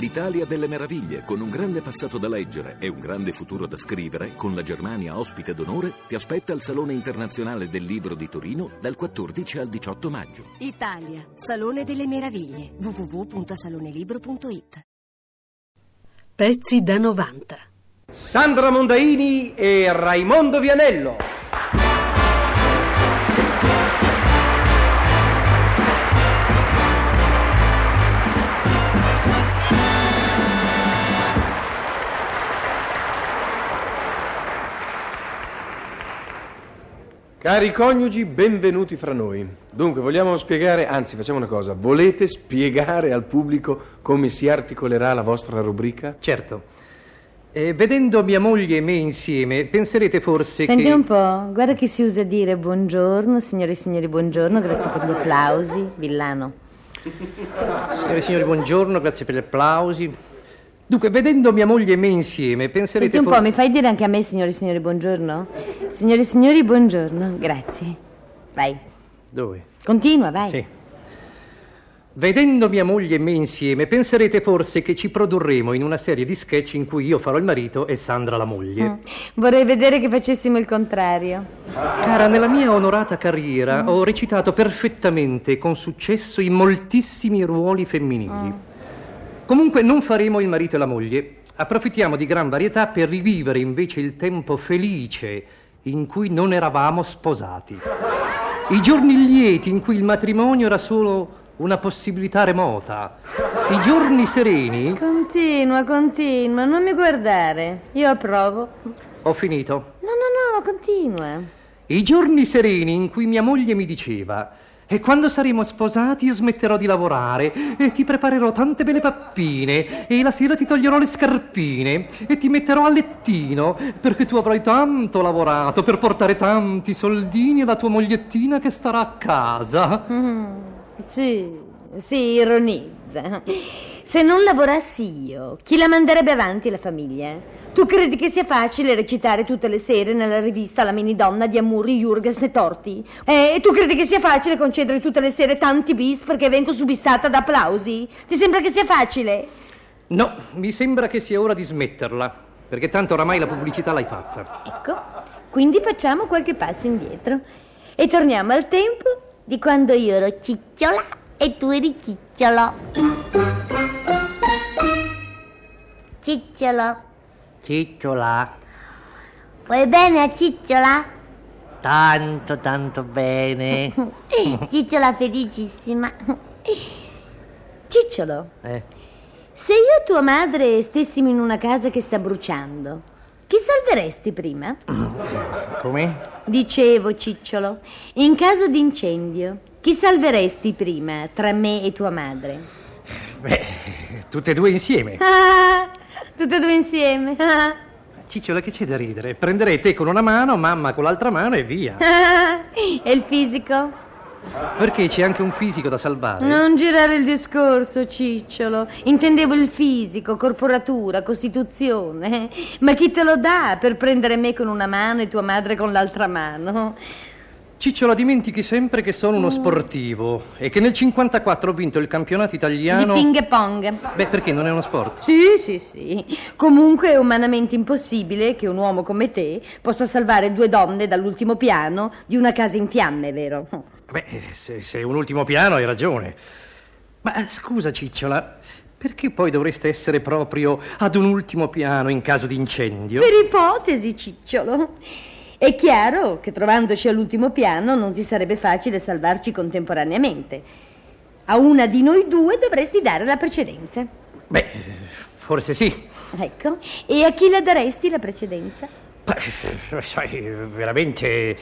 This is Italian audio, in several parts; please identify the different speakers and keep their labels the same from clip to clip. Speaker 1: L'Italia delle meraviglie, con un grande passato da leggere e un grande futuro da scrivere, con la Germania ospite d'onore, ti aspetta al Salone Internazionale del Libro di Torino dal 14 al 18 maggio.
Speaker 2: Italia, Salone delle Meraviglie, www.salonelibro.it.
Speaker 3: Pezzi da 90.
Speaker 4: Sandra Mondaini e Raimondo Vianello. Cari coniugi, benvenuti fra noi. Dunque, vogliamo spiegare, anzi facciamo una cosa, volete spiegare al pubblico come si articolerà la vostra rubrica?
Speaker 5: Certo. Eh, vedendo mia moglie e me insieme, penserete forse
Speaker 6: Senti
Speaker 5: che...
Speaker 6: un po', guarda che si usa dire buongiorno, signore e signori, buongiorno, grazie per gli applausi, Villano.
Speaker 5: Signore e signori, buongiorno, grazie per gli applausi. Dunque, vedendo mia moglie e me insieme, penserete
Speaker 6: Senti un po',
Speaker 5: forse...
Speaker 6: mi fai dire anche a me, signore e signori, buongiorno? Signore e signori, buongiorno, grazie. Vai,
Speaker 5: Dove?
Speaker 6: continua, vai.
Speaker 5: Sì. Vedendo mia moglie e me insieme, penserete forse che ci produrremo in una serie di sketch in cui io farò il marito e Sandra la moglie.
Speaker 6: Mm. Vorrei vedere che facessimo il contrario.
Speaker 5: Cara, nella mia onorata
Speaker 6: Mm.
Speaker 5: carriera ho recitato perfettamente e con successo in moltissimi ruoli femminili.
Speaker 6: Mm.
Speaker 5: Comunque non faremo il marito e la moglie. Approfittiamo di gran varietà per rivivere invece il tempo felice in cui non eravamo sposati. I giorni lieti in cui il matrimonio era solo una possibilità remota. I giorni sereni.
Speaker 6: Continua, continua, non mi guardare, io approvo.
Speaker 5: Ho finito.
Speaker 6: No, no, no, continua.
Speaker 5: I giorni sereni in cui mia moglie mi diceva e quando saremo sposati smetterò di lavorare e ti preparerò tante belle pappine e la sera ti toglierò le scarpine e ti metterò a lettino perché tu avrai tanto lavorato per portare tanti soldini alla tua mogliettina che starà a casa.
Speaker 6: Mm, Sì, sì, ironizza. Se non lavorassi io, chi la manderebbe avanti la famiglia? Tu credi che sia facile recitare tutte le sere nella rivista La minidonna di Amuri, Jurgens e Torti? Eh, E tu credi che sia facile concedere tutte le sere tanti bis perché vengo subissata da applausi? Ti sembra che sia facile?
Speaker 5: No, mi sembra che sia ora di smetterla, perché tanto oramai la pubblicità l'hai fatta.
Speaker 6: Ecco, quindi facciamo qualche passo indietro e torniamo al tempo di quando io ero cicciola e tu eri cicciolo.
Speaker 7: Cicciolo,
Speaker 8: Cicciola,
Speaker 7: vuoi bene a Cicciola?
Speaker 8: tanto tanto bene.
Speaker 7: Cicciola felicissima.
Speaker 6: Cicciolo,
Speaker 8: Eh,
Speaker 6: Se io e tua madre stessimo in una casa che sta bruciando, chi salveresti prima?
Speaker 8: come?
Speaker 6: Dicevo, Cicciolo, in caso di incendio, chi salveresti prima tra me e tua madre?
Speaker 5: Beh, tutte e due insieme.
Speaker 6: Ah, tutte e due insieme. Ah,
Speaker 5: Cicciola, che c'è da ridere? Prenderei te con una mano, mamma con l'altra mano e via.
Speaker 6: ah, e il fisico?
Speaker 5: Perché c'è anche un fisico da salvare.
Speaker 6: Non girare il discorso, Cicciolo. Intendevo il fisico, corporatura, costituzione. Ma chi te lo dà per prendere me con una mano e tua madre con l'altra mano?
Speaker 5: Cicciola, dimentichi sempre che sono uno sportivo e che nel 54 ho vinto il campionato italiano.
Speaker 6: Di ping pong.
Speaker 5: Beh, perché non è uno sport?
Speaker 6: Sì, sì, sì. Comunque è umanamente impossibile che un uomo come te possa salvare due donne dall'ultimo piano di una casa in fiamme, vero?
Speaker 5: Beh, se, se è un ultimo piano hai ragione. Ma eh, scusa, Cicciola, perché poi dovreste essere proprio ad un ultimo piano in caso di incendio?
Speaker 6: Per ipotesi, Cicciolo. È chiaro che trovandoci all'ultimo piano non ti sarebbe facile salvarci contemporaneamente. A una di noi due dovresti dare la precedenza.
Speaker 5: Beh, forse sì.
Speaker 6: Ecco. E a chi la daresti la precedenza?
Speaker 5: Ma, Sai, veramente.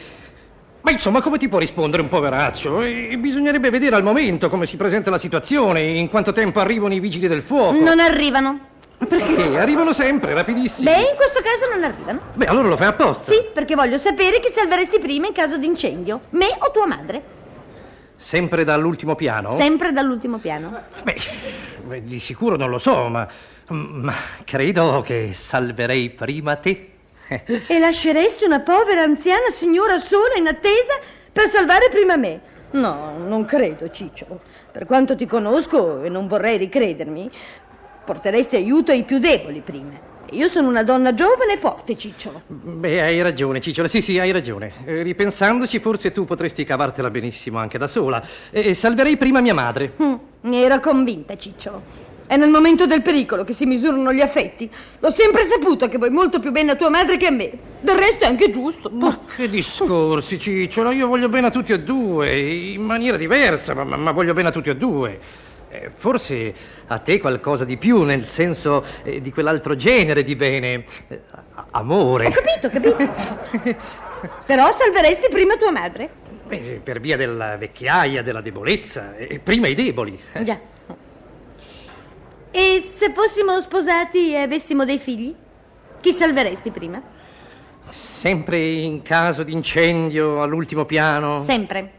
Speaker 5: Ma insomma, come ti può rispondere un poveraccio? E- Bisognerebbe vedere al momento come si presenta la situazione, in quanto tempo arrivano i vigili del fuoco.
Speaker 6: Non arrivano.
Speaker 5: Perché arrivano sempre, rapidissimi.
Speaker 6: Beh, in questo caso non arrivano.
Speaker 5: Beh, allora lo fai apposta.
Speaker 6: Sì, perché voglio sapere chi salveresti prima in caso di incendio, me o tua madre,
Speaker 5: Sempre dall'ultimo piano?
Speaker 6: sempre dall'ultimo piano.
Speaker 5: Beh, beh, di sicuro non lo so, ma, ma credo che salverei prima te.
Speaker 6: E lasceresti una povera anziana signora sola in attesa per salvare prima me? No, non credo, Ciccio. Per quanto ti conosco e non vorrei ricredermi, porteresti aiuto ai più deboli prima. Io sono una donna giovane e forte, Cicciolo.
Speaker 5: Beh, hai ragione, Cicciola. Sì, sì, hai ragione. Eh, Ripensandoci, forse tu potresti cavartela benissimo anche da sola. E e salverei prima mia madre.
Speaker 6: Mm, Ne ero convinta, Cicciolo. È nel momento del pericolo che si misurano gli affetti. L'ho sempre saputo che vuoi molto più bene a tua madre che a me. Del resto è anche giusto.
Speaker 5: Ma che discorsi, Cicciola. Io voglio bene a tutti e due, in maniera diversa, ma, ma- ma voglio bene a tutti e due. Eh, forse a te qualcosa di più, nel senso eh, di quell'altro genere di bene. eh, a-
Speaker 6: Ho
Speaker 5: amore.
Speaker 6: capito, capito. Però salveresti prima tua madre.
Speaker 5: Beh, Eh, per via della vecchiaia, della debolezza, eh, e e prima i deboli.
Speaker 6: Già. E se fossimo sposati e avessimo dei figli? Chi salveresti prima?
Speaker 5: Sempre in caso di incendio all'ultimo piano.
Speaker 6: Sempre.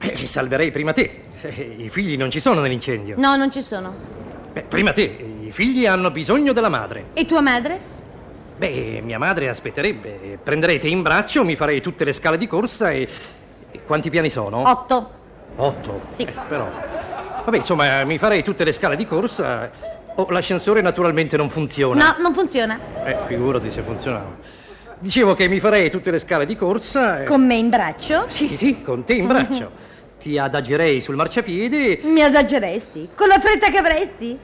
Speaker 5: Eh, salverei prima te. Eh, I figli non ci sono nell'incendio.
Speaker 6: No, non ci sono.
Speaker 5: Beh, prima te. I figli hanno bisogno della madre.
Speaker 6: E tua madre?
Speaker 5: Beh, mia madre aspetterebbe. Prenderete in braccio, mi farei tutte le scale di corsa e. e quanti piani sono?
Speaker 6: Otto.
Speaker 5: Otto.
Speaker 6: Sì.
Speaker 5: Eh, però. Vabbè, insomma, mi farei tutte le scale di corsa. Oh, l'ascensore naturalmente non funziona.
Speaker 6: No, non funziona.
Speaker 5: Eh, figurati se funzionava. Dicevo che mi farei tutte le scale di corsa. e-
Speaker 6: Con Mm. me in braccio?
Speaker 5: Sì, sì, con te in braccio. Ti adagierei sul marciapiede.
Speaker 6: Mi adageresti? Con la fretta che avresti?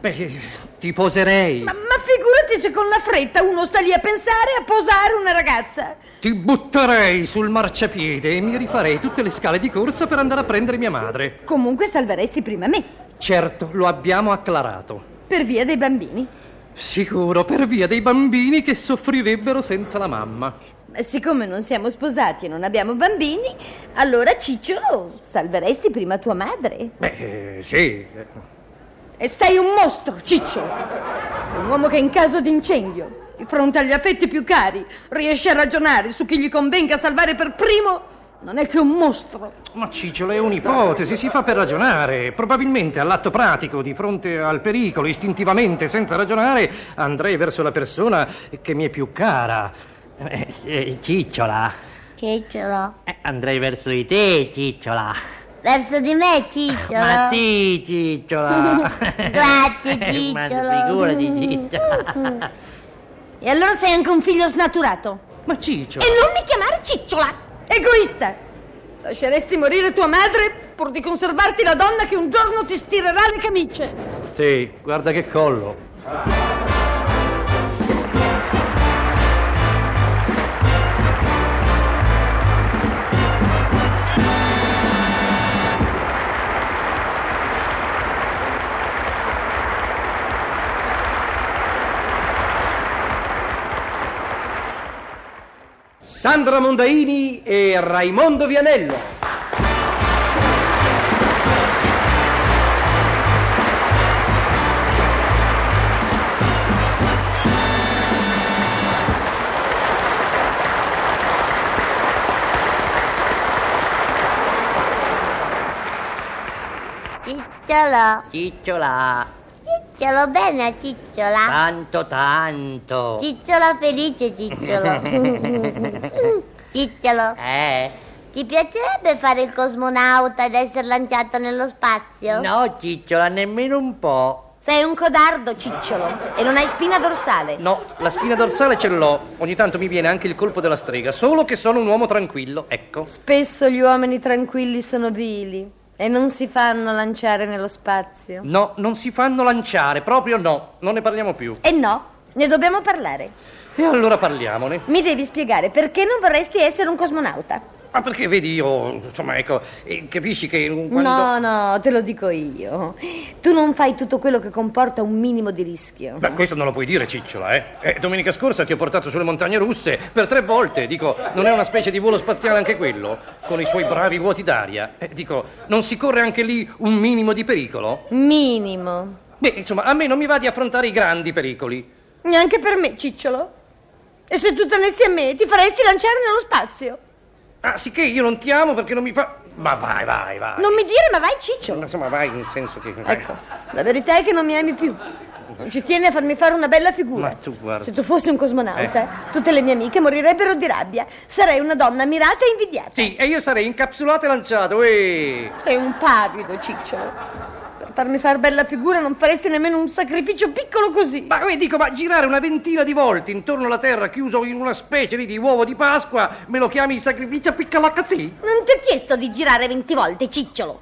Speaker 5: Beh, ti poserei.
Speaker 6: Ma, ma figurati se con la fretta uno sta lì a pensare e a posare una ragazza.
Speaker 5: Ti butterei sul marciapiede e mi rifarei tutte le scale di corsa per andare a prendere mia madre.
Speaker 6: Comunque salveresti prima me,
Speaker 5: Certo, lo abbiamo acclarato.
Speaker 6: per via dei bambini.
Speaker 5: Sicuro, per via dei bambini che soffrirebbero senza la mamma.
Speaker 6: Ma siccome non siamo sposati e non abbiamo bambini, allora Cicciolo, salveresti prima tua madre.
Speaker 5: Beh, sì.
Speaker 6: E sei un mostro, Cicciolo. Un uomo che in caso di incendio, di fronte agli affetti più cari, riesce a ragionare su chi gli convenga salvare per primo, non è che un mostro.
Speaker 5: Ma Cicciolo, è un'ipotesi, si fa per ragionare. Probabilmente all'atto pratico, di fronte al pericolo, istintivamente, senza ragionare, andrei verso la persona che mi è più cara.
Speaker 8: Eh, eh, cicciola.
Speaker 7: Cicciolo.
Speaker 8: Eh, andrei verso di te, cicciola.
Speaker 7: Verso di me, Cicciolo.
Speaker 8: Ma sì, cicciola.
Speaker 7: Ah. Grazie,
Speaker 8: Eh, Ma
Speaker 7: Cicciolo.
Speaker 8: figurati, cicciola.
Speaker 6: E allora sei anche un figlio snaturato.
Speaker 5: Ma Cicciolo...
Speaker 7: E non mi chiamare Cicciola.
Speaker 6: Egoista! Lasceresti morire tua madre pur di conservarti la donna che un giorno ti stirerà le camicie.
Speaker 5: Sì, guarda che collo.
Speaker 4: Sandra Mondaini e Raimondo Vianello.
Speaker 7: Cicciolo.
Speaker 8: Cicciola.
Speaker 7: Cicciolo bene, Cicciola.
Speaker 8: Tanto, tanto.
Speaker 7: Cicciolo felice, Cicciolo. Cicciolo,
Speaker 8: Eh?
Speaker 7: ti piacerebbe fare il cosmonauta ed essere lanciato nello spazio?
Speaker 8: No, cicciola, nemmeno un po'.
Speaker 6: Sei un codardo, Cicciolo, e non hai spina dorsale.
Speaker 5: No, la spina dorsale ce l'ho. Ogni tanto mi viene anche il colpo della strega, solo che sono un uomo tranquillo, ecco.
Speaker 6: Spesso gli uomini tranquilli sono vili e non si fanno lanciare nello spazio.
Speaker 5: No, non si fanno lanciare, proprio no. Non ne parliamo più.
Speaker 6: E no, ne dobbiamo parlare.
Speaker 5: E allora parliamone.
Speaker 6: Mi devi spiegare perché non vorresti essere un cosmonauta.
Speaker 5: Ma perché vedi io, insomma, ecco, eh, capisci che eh, quando...
Speaker 6: No, no, te lo dico io. Tu non fai tutto quello che comporta un minimo di rischio.
Speaker 5: Beh, questo non lo puoi dire, Cicciola, eh. Eh, Domenica scorsa ti ho portato sulle montagne russe per tre volte. Dico, non è una specie di volo spaziale anche quello? Con i suoi bravi vuoti d'aria. Eh, dico, non si corre anche lì un minimo di pericolo?
Speaker 6: Minimo.
Speaker 5: Beh, insomma, a me non mi va di affrontare i grandi pericoli.
Speaker 6: Neanche per me, Cicciolo. E se tu tenessi a me, ti faresti lanciare nello spazio.
Speaker 5: Ah, sicché io non ti amo perché non mi fa. Ma vai, vai, vai.
Speaker 6: Non mi dire, ma vai, Cicciolo.
Speaker 5: Insomma, vai nel senso che.
Speaker 6: Ecco, la verità è che non mi ami più. Non ci tieni a farmi fare una bella figura.
Speaker 5: Ma tu guarda. Eh.
Speaker 6: Se tu fossi un cosmonauta, tutte le mie amiche morirebbero di rabbia. Sarei una donna ammirata e invidiata.
Speaker 5: eh. Sì, e io sarei incapsulato e lanciato, e.
Speaker 6: Sei un pavido, Cicciolo. Per farmi far bella figura non faresti nemmeno un sacrificio piccolo così.
Speaker 5: Ma eh, dico, ma girare una ventina di volte intorno alla terra chiuso in una specie lì di uovo di Pasqua, me lo chiami sacrificio piccalacazzì?
Speaker 6: Non ti ho chiesto di girare 20 volte, cicciolo.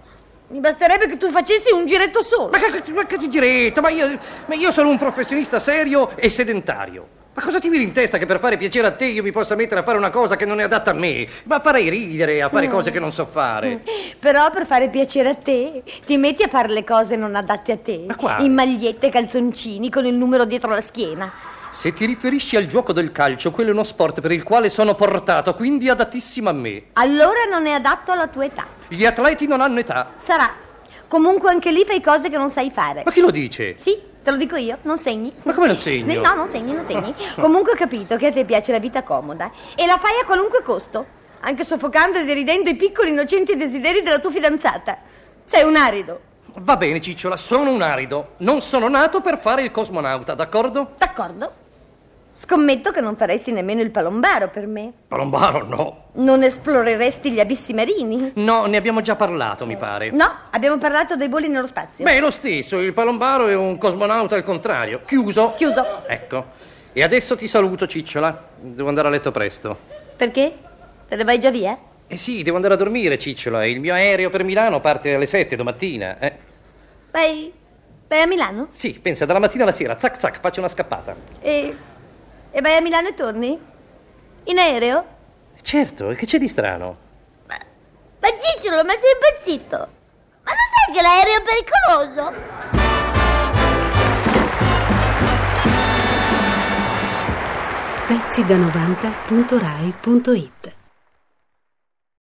Speaker 6: Mi basterebbe che tu facessi un giretto solo.
Speaker 5: Ma che, ma che diretto, ma io, ma io sono un professionista serio e sedentario. Ma cosa ti viene in testa che per fare piacere a te io mi possa mettere a fare una cosa che non è adatta a me? Ma farei ridere, a fare cose che non so fare.
Speaker 6: Però per fare piacere a te, ti metti a fare le cose non adatte a te.
Speaker 5: Ma quali?
Speaker 6: In magliette e calzoncini con il numero dietro la schiena.
Speaker 5: Se ti riferisci al gioco del calcio, quello è uno sport per il quale sono portato, quindi adattissimo a me.
Speaker 6: Allora non è adatto alla tua età.
Speaker 5: Gli atleti non hanno età.
Speaker 6: Sarà. Comunque anche lì fai cose che non sai fare.
Speaker 5: Ma chi lo dice?
Speaker 6: Sì, te lo dico io, non segni.
Speaker 5: Ma come non segno?
Speaker 6: No, non segni, non segni. Comunque ho capito che a te piace la vita comoda e la fai a qualunque costo, anche soffocando e deridendo i piccoli innocenti desideri della tua fidanzata. Sei un arido,
Speaker 5: Va bene, Cicciola, sono un arido. Non sono nato per fare il cosmonauta, d'accordo?
Speaker 6: d'accordo? Scommetto che non faresti nemmeno il palombaro per me.
Speaker 5: Palombaro, no.
Speaker 6: Non esploreresti gli abissi marini.
Speaker 5: No, ne abbiamo già parlato, mi pare.
Speaker 6: No, abbiamo parlato dei voli nello spazio.
Speaker 5: Beh, è lo stesso, il palombaro è un cosmonauta al contrario. Chiuso.
Speaker 6: Chiuso.
Speaker 5: Ecco. E adesso ti saluto, Cicciola. Devo andare a letto presto.
Speaker 6: Perché? Te ne vai già via?
Speaker 5: Eh sì, devo andare a dormire, Cicciola. Il mio aereo per Milano parte alle 7 domattina. Eh?
Speaker 6: Vai, vai a Milano?
Speaker 5: Sì, pensa, dalla mattina alla sera, zac zac, faccio una scappata.
Speaker 6: E, e vai a Milano e torni? In aereo?
Speaker 5: Certo, e che c'è di strano?
Speaker 7: Ma Cicciolo, ma sei impazzito? Ma lo sai che l'aereo è pericoloso?
Speaker 2: Pezzi da 90.rai.it